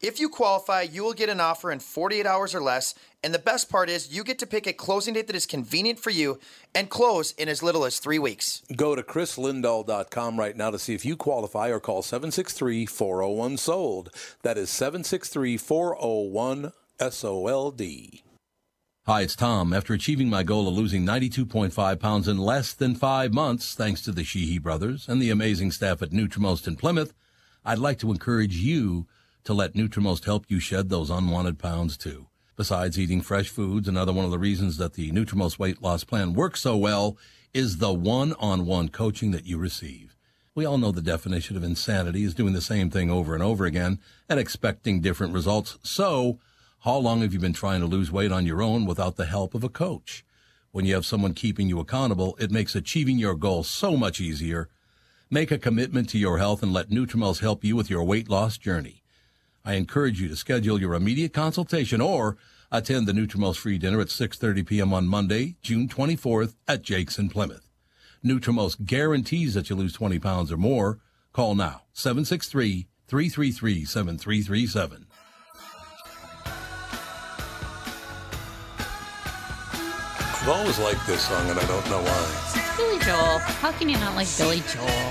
If you qualify, you will get an offer in 48 hours or less. And the best part is, you get to pick a closing date that is convenient for you and close in as little as three weeks. Go to chrislindahl.com right now to see if you qualify or call 763 401 SOLD. That is 763 401 SOLD. Hi, it's Tom. After achieving my goal of losing 92.5 pounds in less than five months, thanks to the Sheehy brothers and the amazing staff at Nutrimost in Plymouth, I'd like to encourage you to let Nutrimost help you shed those unwanted pounds too. Besides eating fresh foods, another one of the reasons that the Nutrimost weight loss plan works so well is the one-on-one coaching that you receive. We all know the definition of insanity is doing the same thing over and over again and expecting different results. So, how long have you been trying to lose weight on your own without the help of a coach? When you have someone keeping you accountable, it makes achieving your goal so much easier. Make a commitment to your health and let Nutrimels help you with your weight loss journey. I encourage you to schedule your immediate consultation or attend the Nutrimels free dinner at 6:30 p.m. on Monday, June 24th at Jake's in Plymouth. Nutrimos guarantees that you lose 20 pounds or more. Call now 763-333-7337. I've always liked this song, and I don't know why. Billy Joel. How can you not like Billy Joel?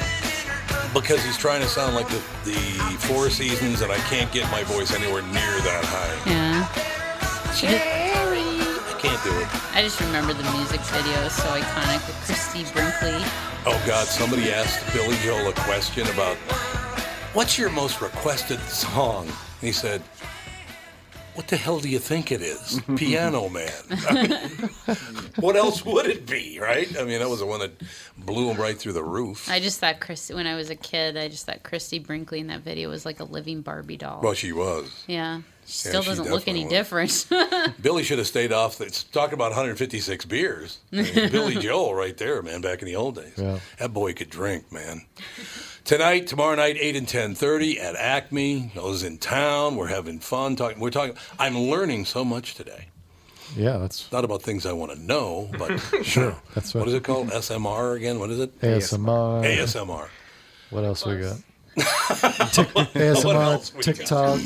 Because he's trying to sound like the, the Four Seasons, and I can't get my voice anywhere near that high. Yeah. She did- I can't do it. I just remember the music video is so iconic with Christy Brinkley. Oh God! Somebody asked Billy Joel a question about what's your most requested song, and he said, "What the hell do you think it is? Piano Man. I mean, what else would it be, right? I mean, that was the one that blew him right through the roof. I just thought Christy, when I was a kid, I just thought Christy Brinkley in that video was like a living Barbie doll. Well, she was. yeah. She Yeah, still she doesn't look any different. Billy should have stayed off. The, talk about 156 beers. I mean, Billy Joel, right there, man. Back in the old days, Yeah. that boy could drink, man. Tonight, tomorrow night, eight and ten thirty at Acme. Those in town, we're having fun. Talking, we're talking. I'm learning so much today. Yeah, that's Not about things I want to know, but Sure, that's what right. is it called? SMR again? What is it? ASMR. ASMR. What else we got? Tik- ASMR, TikTok,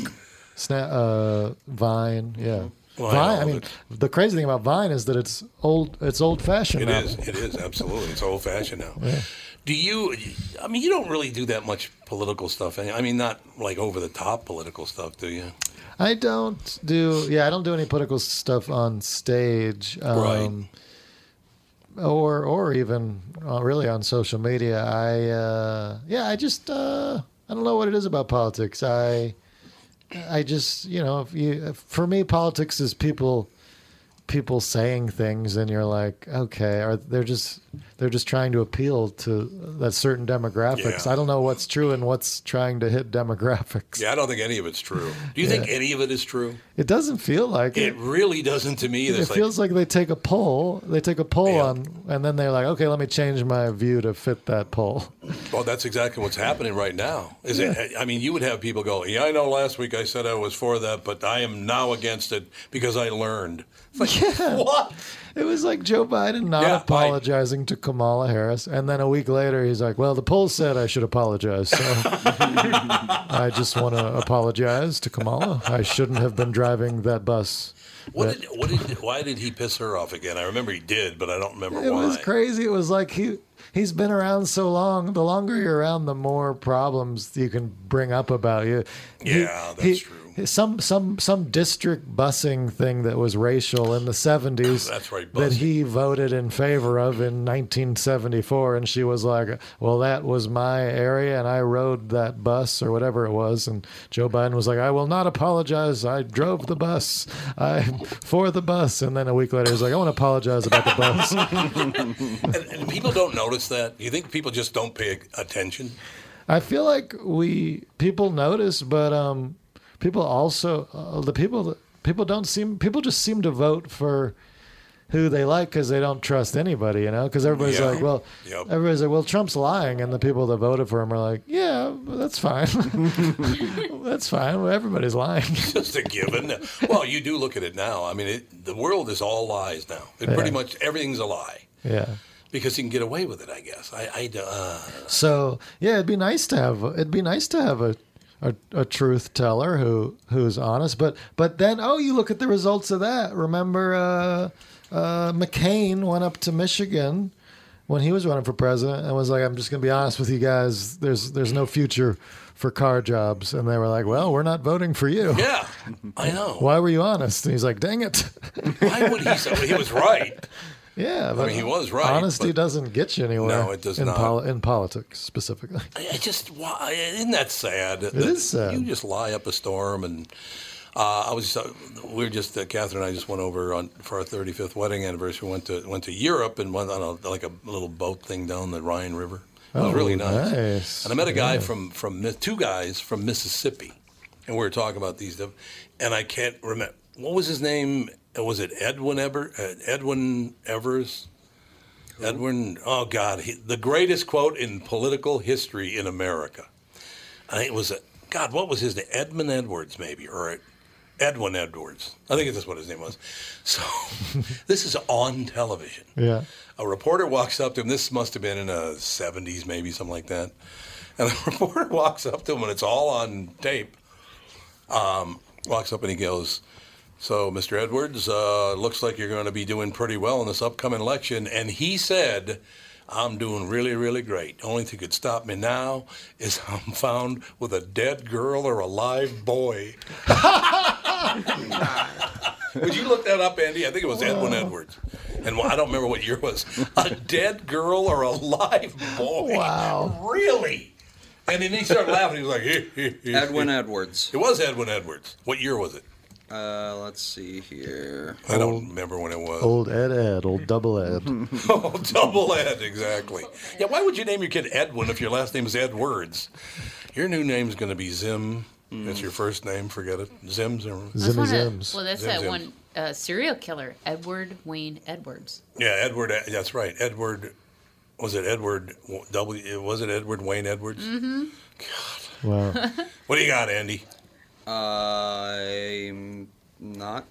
Snap, uh, Vine. Yeah, Well, Vine. I I, love mean, the crazy thing about Vine is that it's old. It's old fashioned. It is. It is absolutely. It's old fashioned now. Yeah. Do you? I mean, you don't really do that much political stuff. I mean, not like over the top political stuff, do you? I don't do. Yeah, I don't do any political stuff on stage. Um, Or or even uh, really on social media. I uh, yeah. I just uh, I don't know what it is about politics. I, I just you know, if you if- for me, politics is people, people saying things, and you're like, okay, are they're just they're just trying to appeal to that certain demographics. Yeah. I don't know what's true and what's trying to hit demographics. Yeah, I don't think any of it's true. Do you Yeah. think any of it is true? It doesn't feel like It really doesn't to me. It It's like, feels like they take a poll. They take a poll on, and then they're like, "Okay, let me change my view to fit that poll." well, oh, that's exactly what's happening right now. Is it? I mean, you would have people go, "Yeah, I know. Last week I said I was for that, but I am now against it because I learned." It's like, what? It was like Joe Biden not apologizing to Kamala Harris, and then a week later he's like, "Well, the poll said I should apologize, so I just want to apologize to Kamala. I shouldn't have been driving that bus." What That- did, what did, why did he piss her off again? I remember he did, but I don't remember it why. was crazy. It was like he he's been around so long. The longer you're around, the more problems you can bring up about you. Yeah, that's true. Some some some district busing thing that was racial in the seventies. That's right, That he voted in favor of in 1974, and she was like, "Well, that was my area, and I rode that bus or whatever it was." And Joe Biden was like, "I will not apologize. I drove the bus. I for the bus." And then a week later, he's like, "I want to apologize about the bus." and, and people don't notice that. You think people just don't pay attention? I feel like we people notice, but um, people also uh, the people people don't seem people just seem to vote for who they like because they don't trust anybody, you know? Because everybody's Yeah. like, well, Yep. everybody's like, well, Trump's lying, and the people that voted for him are like, yeah, well, that's fine, that's fine. Well, everybody's lying. just a given. Well, you do look at it now. I mean, it, the world is all lies now. It Yeah. Pretty much everything's a lie yeah. because you can get away with it. I guess. I. I uh, So yeah, it'd be nice to have it'd be nice to have a a, a truth teller who who's honest. But but then oh, you look at the results of that. Remember, uh, uh, McCain went up to Michigan when he was running for president and was like, "I'm just going to be honest with you guys. There's there's no future for car jobs." And they were like, "Well, we're not voting for you." yeah, I know. Why were you honest? And he's like, "Dang it." Why would he? say he was right. Yeah, I but mean, he was right, Honesty but- doesn't get you anywhere. No, it does in not. poli- in politics specifically. I, I just why isn't that sad? It is sad. You just lie up a storm, and uh, I was uh, we were just uh, Catherine and I just went over on for our 35th wedding anniversary. Went to went to Europe and went on a, like a little boat thing down the Rhine River. It was Oh, really nice. nice. And I met a guy Yeah. from from Mi- two guys from Mississippi, and we were talking about these. diff- And I can't remember what was his name. Uh, Was it Edwin Ever uh, Edwin Evers? Edwin, oh God, he, the greatest quote in political history in America. I think it was, a, God, what was his name? Edmund Edwards, maybe, or Edwin Edwards. I think that's what his name was. So this is on television. Yeah. A reporter walks up to him. This must have been in the 70s, maybe, something like that. And the reporter walks up to him, and it's all on tape. Um, walks up and he goes, So, Mr. Edwards, uh, looks like you're going to be doing pretty well in this upcoming election. And he said, I'm doing really, really great. Only thing could stop me now is I'm found with a dead girl or a live boy. Would you look that up, Andy? I think it was Edwin Edwards. And I don't remember what year it was. A dead girl or a live boy. Wow. Really? And then he started laughing. He was like, Edwin Edwards. It was Edwin Edwards. What year was it? Uh, let's see here. I don't remember when it was. Old Ed Ed, old double Ed. Oh, double Ed, exactly. Yeah, why would you name your kid Edwin if your last name is Edwards? Your new name's going to be Zim. That's your first name. Forget it. Zim Zim. That's one of- Well, that's Zim that Zims. one uh, serial killer, Edward Wayne Edwards. Yeah, Edward. eh, That's right. Edward. Was it Edward W? Was it Edward Wayne Edwards? Mm-hmm. Wow. What do you got, Andy? I'm not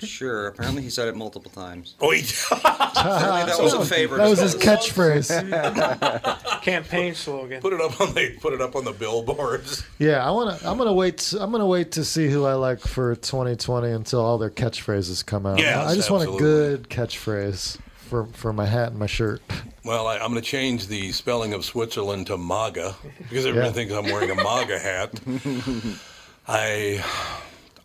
sure. Apparently, he said it multiple times. Oh, he that was a favor. Uh-huh. That was his to us. catchphrase. Campaign slogan. Put it up on the put it up on the billboards. Yeah, I want to. I'm gonna wait. I'm gonna wait to see who I like for 2020 until all their catchphrases come out. Yes, I just want a absolutely. good catchphrase for for my hat and my shirt. Well, I, I'm going to change the spelling of Switzerland to MAGA because everyone Yeah. thinks I'm wearing a MAGA hat. I, I,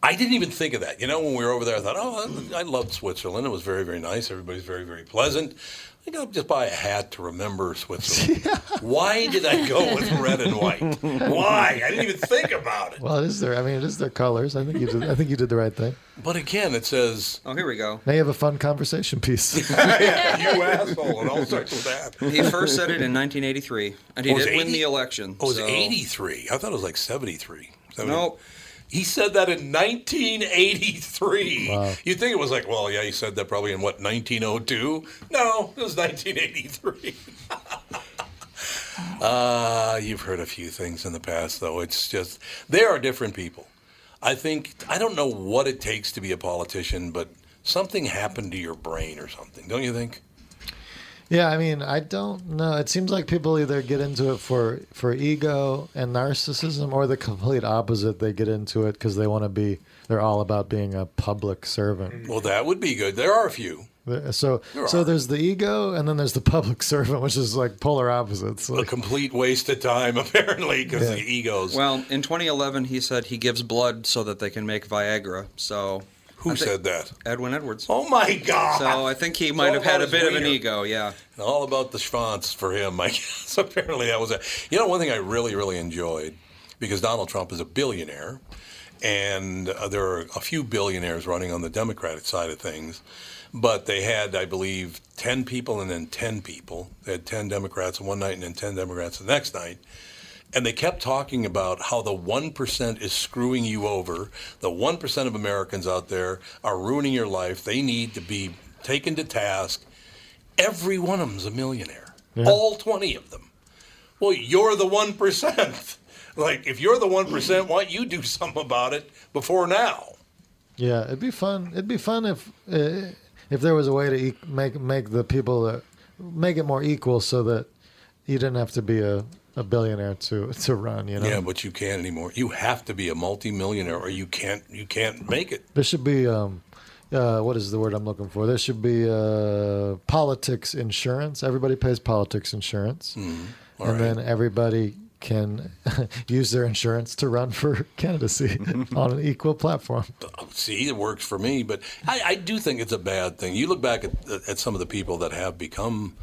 I didn't even think of that. You know, when we were over there, I thought, oh, I I loved Switzerland. It was very, very nice. Everybody's very, very pleasant. I think I'll just buy a hat to remember Switzerland. Why did I go with red and white? Why? I didn't even think about it. Well, it is their. I mean, it is their colors. I think you did. I think you did the right thing. But again, it says. Oh, here we go. Now you have a fun conversation piece. you asshole, and all sorts of that. He first said it in 1983, and he Oh, it was did win 80? the election. Oh, it was so- 83. I thought it was like 73. Nope. He said that in 1983. Wow. You'd think it was like, well, yeah, he said that probably in what, 1902? No, it was 1983. uh, you've heard a few things in the past, though. It's just, they are different people. I think, I don't know what it takes to be a politician, but something happened to your brain or something, don't you think? Yeah, I mean, I don't know. It seems like people either get into it for for ego and narcissism, or the complete opposite. They get into it because they want to be. They're all about being a public servant. Well, that would be good. There are a few. There- So, There so there's the ego, and then there's the public servant, which is like polar opposites. A complete waste of time, apparently, because the egos. Well, in 2011, he said he gives blood so that they can make Viagra. So Who I thi- said that? Edwin Edwards. Oh my God! So I think he might have had a bit of an ego. yeah. all about the schwanz for him, I guess. Apparently, that was it. You know, one thing I really, really enjoyed because Donald Trump is a billionaire, and uh, there are a few billionaires running on the Democratic side of things, but they had, I believe, 10 people and then 10 people. They had 10 Democrats one night and then 10 Democrats the next night. And they kept talking about how the 1% is screwing you over. The 1% of Americans out there are ruining your life. They need to be taken to task. Every one of them's a millionaire. All 20 of them. Well, you're the 1%. like, if you're the 1%, why don't you do something about it before now? Yeah, it'd be fun. It'd be fun if uh, if there was a way to e- make make the people that make it more equal, so that you didn't have to be a, a billionaire to to run. You know, Yeah, but you can't anymore. You have to be a multimillionaire or you can't you can't make it. there should be um, uh, what is the word I'm looking for? There should be uh, politics insurance. Everybody pays politics insurance, Hmm. all and then everybody can use their insurance to run for candidacy on an equal platform. See, it works for me, but I, I do think it's a bad thing. You look back at, at some of the people that have become,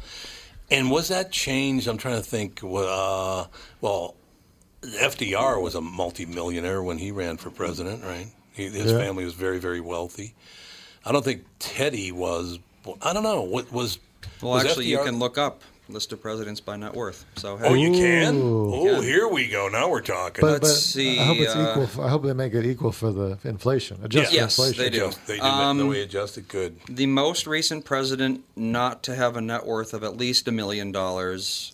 and was that changed? I'm trying to think. Uh, well, FDR was a multimillionaire when he ran for president, right? He, his Yeah. family was very, very wealthy. I don't think Teddy was. well, I don't know. What was? Well, was actually, you FDR can look up list of presidents by net worth. So Oh, you can. Ooh. Oh, here we go. Now we're talking. But, but I hope it's uh, equal. For, I hope they make it equal for the inflation. Adjust for yes, inflation. they do. Um, Adjust- they do make the way adjusted good. The most recent president not to have a net worth of at least a million dollars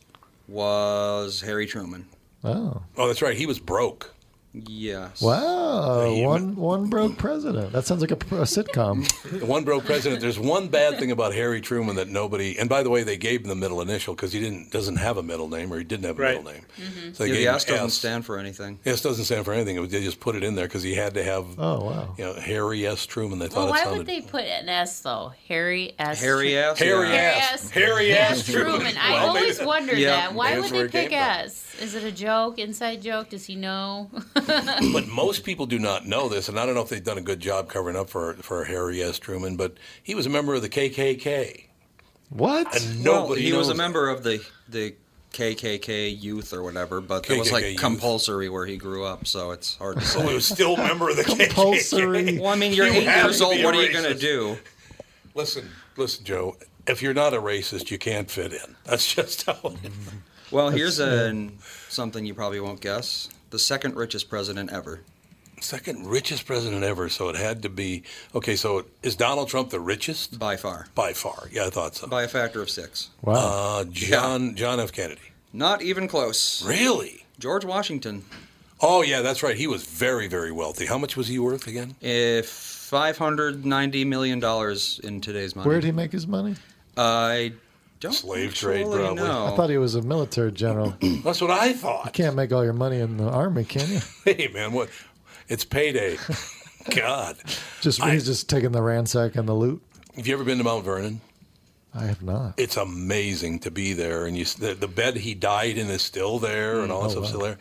was Harry Truman. Oh. Oh, that's right. He was broke. Yes. Wow, one one broke president. That sounds like a, pr- a sitcom. The one broke president. There's one bad thing about Harry Truman that nobody. And by the way, they gave him the middle initial because he didn't doesn't have a middle name or he didn't have a Right. middle name. Mm-hmm. Mhm. So they Yeah, the gave him S doesn't S. stand for anything. S doesn't stand for anything. It was, they just put it in there because he had to have. Oh wow. You know, Harry S. Truman. They thought Well, it why sounded. would they put an S though? Harry S. Harry S, Harry yeah. S. Harry S. Truman. Truman. I Well, always maybe- wondered Yeah, that. Why maybe would that's where they it came pick S? Is it a joke? Inside joke? Does he know? but most people do not know this, and I don't know if they've done a good job covering up for for Harry S. Truman. But he was a member of the KKK. What? And Well, nobody he was a knows member of the the KKK Youth or whatever, but it was like KKK youth. compulsory where he grew up, so it's hard to say. he was still a member of the KKK. Compulsory. Well, I mean, you're You eight have years to old. be a What are you racist. going to do? Listen, listen, Joe. If you're not a racist, you can't fit in. That's just how. It is. Well, here's That's- an, something you probably won't guess: the second richest president ever. Second richest president ever, so it had to be. Okay, so is Donald Trump the richest? By far. By far. Yeah, I thought so. By a factor of six. Wow. Uh, John John F. Kennedy. Not even close. Really? George Washington. Oh yeah, that's right. He was very very wealthy. How much was he worth again? If five hundred ninety million dollars in today's money. Where'd he make his money? I don't slave actually trade probably. Know. I thought he was a military general. you That's what I thought. can't make all your money in the army, can you? Hey man, what? It's payday. God, Just he's just taking the ransack and the loot. have you ever been to Mount Vernon? I have not. It's amazing to be there, and you s- the, the bed he died in is still there, and all that Oh, stuff's wow. still there.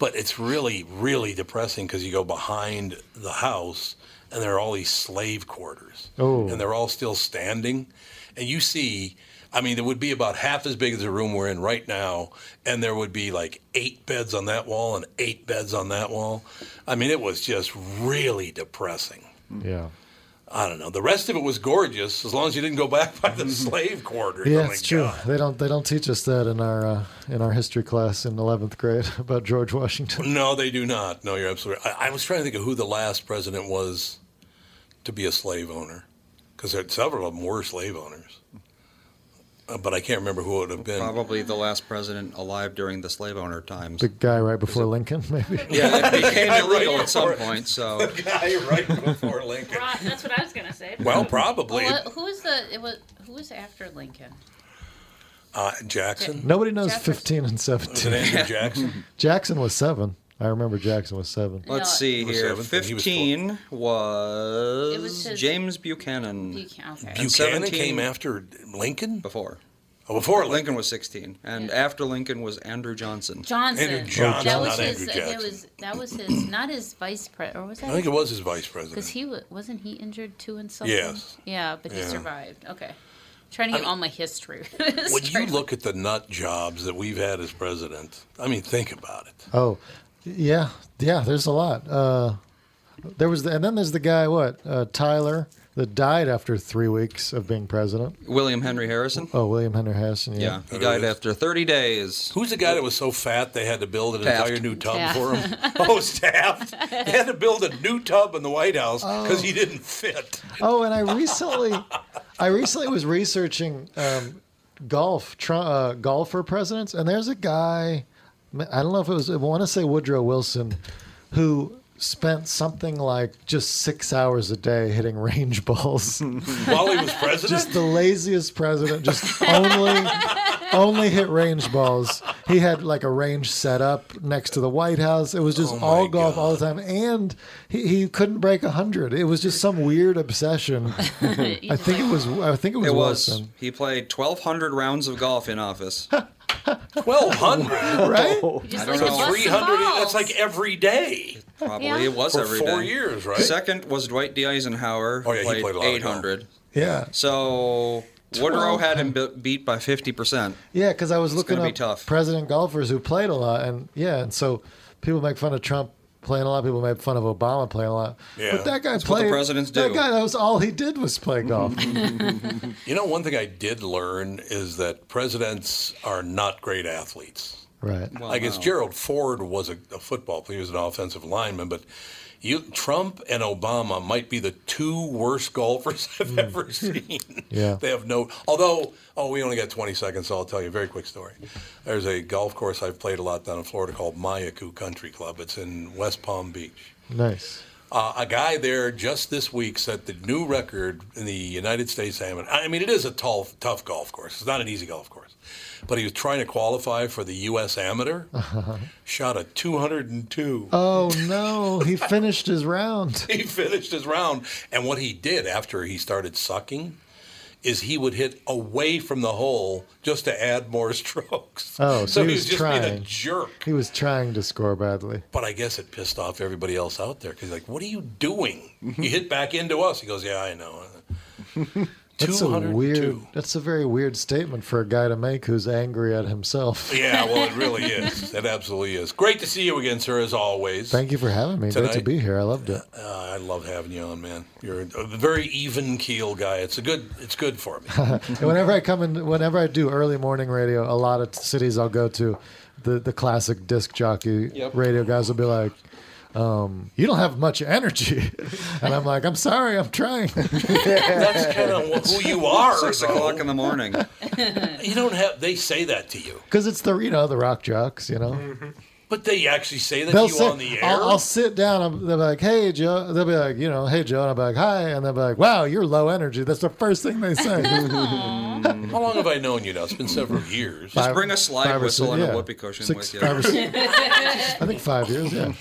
But it's really, really depressing because you go behind the house, and there are all these slave quarters, Oh. and they're all still standing, and you see. I mean, it would be about half as big as the room we're in right now, and there would be like eight beds on that wall and eight beds on that wall. I mean, it was just really depressing. Yeah. I don't know. The rest of it was gorgeous, as long as you didn't go back by the slave quarters. Mm-hmm. Yeah, Oh my it's true. God. They don't they don't teach us that in our uh, in our history class in eleventh grade about George Washington. No, they do not. No, you're absolutely. Right. I, I was trying to think of who the last president was to be a slave owner, because several of them were slave owners, Uh, but I can't remember who it would have been. Probably the last president alive during the slave owner times. The guy right before Lincoln, maybe. Yeah, it became Right illegal before- at some point. So the guy right before Lincoln. Right, that's what I was gonna say. Well, probably. Well, what- who was the? It was who was after Lincoln? Uh, Jackson. Nobody knows fifteen and seventeen. Was it Andrew Jackson? Jackson was seven. I remember Jackson was seven. let's see was here. seventh and he was Fifteen was, It was his- James Buchanan. Buchanan, okay. And Buchanan 17 came after Lincoln. Before. Oh, before Lincoln. was sixteen, and after Lincoln was Andrew Johnson. Johnson. That was not his. Andrew That Jackson. was that was his. Not his vice president, or was that? I think it was his vice president. Because he wa- wasn't he injured too in something. Yes. Yeah, but he Yeah. survived. Okay. Trying to get all my history. When you look at the nut jobs that we've had as president, I mean, think about it. Oh, yeah, yeah. There's a lot. Uh, there was, the, and then there's the guy what uh, Tyler that died after three weeks of being president. William Henry Harrison. Oh, William Henry Harrison. Yeah. Yeah, he died after 30 days. Who's the guy that was so fat they had to build an Taft. entire new tub Taft. for him? Oh, Taft. They had to build a new tub in the White House because he didn't fit. Oh, and I recently, I recently was researching um, golf, tr- uh, golfer presidents, and there's a guy. I don't know if it was. I want to say Woodrow Wilson, who spent something like just six hours a day hitting range balls. While he was president? just the laziest president. Just only only hit range balls. He had like a range set up next to the White House. It was just all golf all the time, and he, he couldn't break hundred. It was just some weird obsession. I think it was. I think it was. It was. Wilson. He played 1,200 rounds of golf in office. 1,200. right. Just I like don't a know. bus of 300. balls. That's like every day. Probably Yeah. it was For every four day. years, right? Second was Dwight D. Eisenhower. Oh, yeah, he played, played a lot of 800. Yeah, So Woodrow had him be- beat by 50%. yeah. Because I was looking gonna be up tough. president golfers who played a lot, and yeah, and so people make fun of Trump. Playing a lot, people make fun of Obama playing a lot, Yeah. but that guy what the played. presidents that do. guy, that was all he did was play golf. You know, one thing I did learn is that presidents are not great athletes. right. Oh, I guess Gerald Ford was a, a football player, he was an offensive lineman, but you, Trump and Obama might be the two worst golfers I've Hmm. ever seen. Yeah. They have no, although, oh, we only got 20 seconds, so I'll tell you a very quick story. There's a golf course I've played a lot down in Florida called Mayaku Country Club. It's in West Palm Beach. Nice. Uh, a guy there just this week set the new record in the United States Amateur. I mean, it is a tall, tough golf course. It's not an easy golf course, but he was trying to qualify for the U.S. Amateur. Shot a 202. Oh no, he finished his round. he finished his round, and what he did after he started sucking is he would hit away from the hole just to add more strokes. Oh, so he he was was just being a trying. jerk. He was trying to score badly. But I guess it pissed off everybody else out there because, like, what are you doing? You hit back into us. He goes, Yeah, I know. That's a 202. weird. That's a very weird statement for a guy to make who's angry at himself. Yeah, well, it really is. It absolutely is. Great to see you again, sir, as always. Thank you for having me. Great to Tonight- be here. I loved it. Uh, I love having you on, man. You're a very even keel guy. It's a good. It's good for me. And whenever I come in, whenever I do early morning radio, a lot of cities I'll go to, the the classic disc jockey radio guys will be like. Um, you don't have much energy, and I'm like, I'm sorry, I'm trying. That's kind of who you are. Six though. o'clock in the morning. You don't have. They say that to you, Because it's the you know the rock jocks, you know. but they actually say that to They'll you sit, on the air. I'll, I'll sit down. I'm, they'll be like, "Hey, Joe." They'll be like, "You know, hey, Joe," and I'll be like, "Hi," and they'll be like, "Wow, you're low energy." That's the first thing they say. How long have I known you now? It's been several years. Just bring a slide Five or whistle six- and yeah. a whoopee cushion Six- with you. five or six- I think five years. Yeah,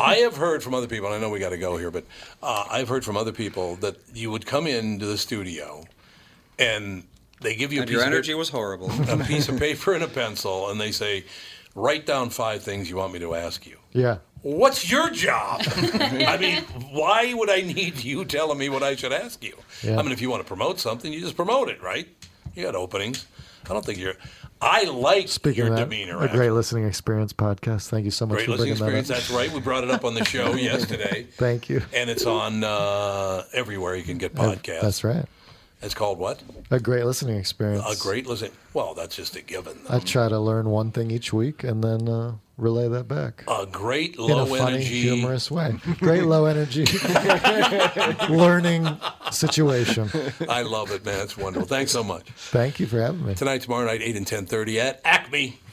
I have heard from other people, and I know we got to go here, but uh, I've heard from other people that you would come into the studio and they give you a And piece your of energy paper- was horrible. a piece of paper and a pencil, and they say, write down five things you want me to ask you. Yeah. What's your job? I mean, why would I need you telling me what I should ask you? Yeah. I mean, if you want to promote something, you just promote it, right? You got openings. I don't think you're. I like Speaking your of that, demeanor. a great listening experience podcast. Thank you so much Great for listening bringing experience. that up. That's right. We brought it up on the show yesterday, Thank you. and it's on uh, everywhere you can get podcasts. That's right. It's called what? A great listening experience. A great listen. Well, that's just a given. I try to learn one thing each week and then uh, relay that back A great in low a funny, energy. humorous way. Great low energy learning situation. I love it, man. It's wonderful. Thanks so much. Thank you for having me. Tonight, tomorrow night, eight and ten thirty at Acme.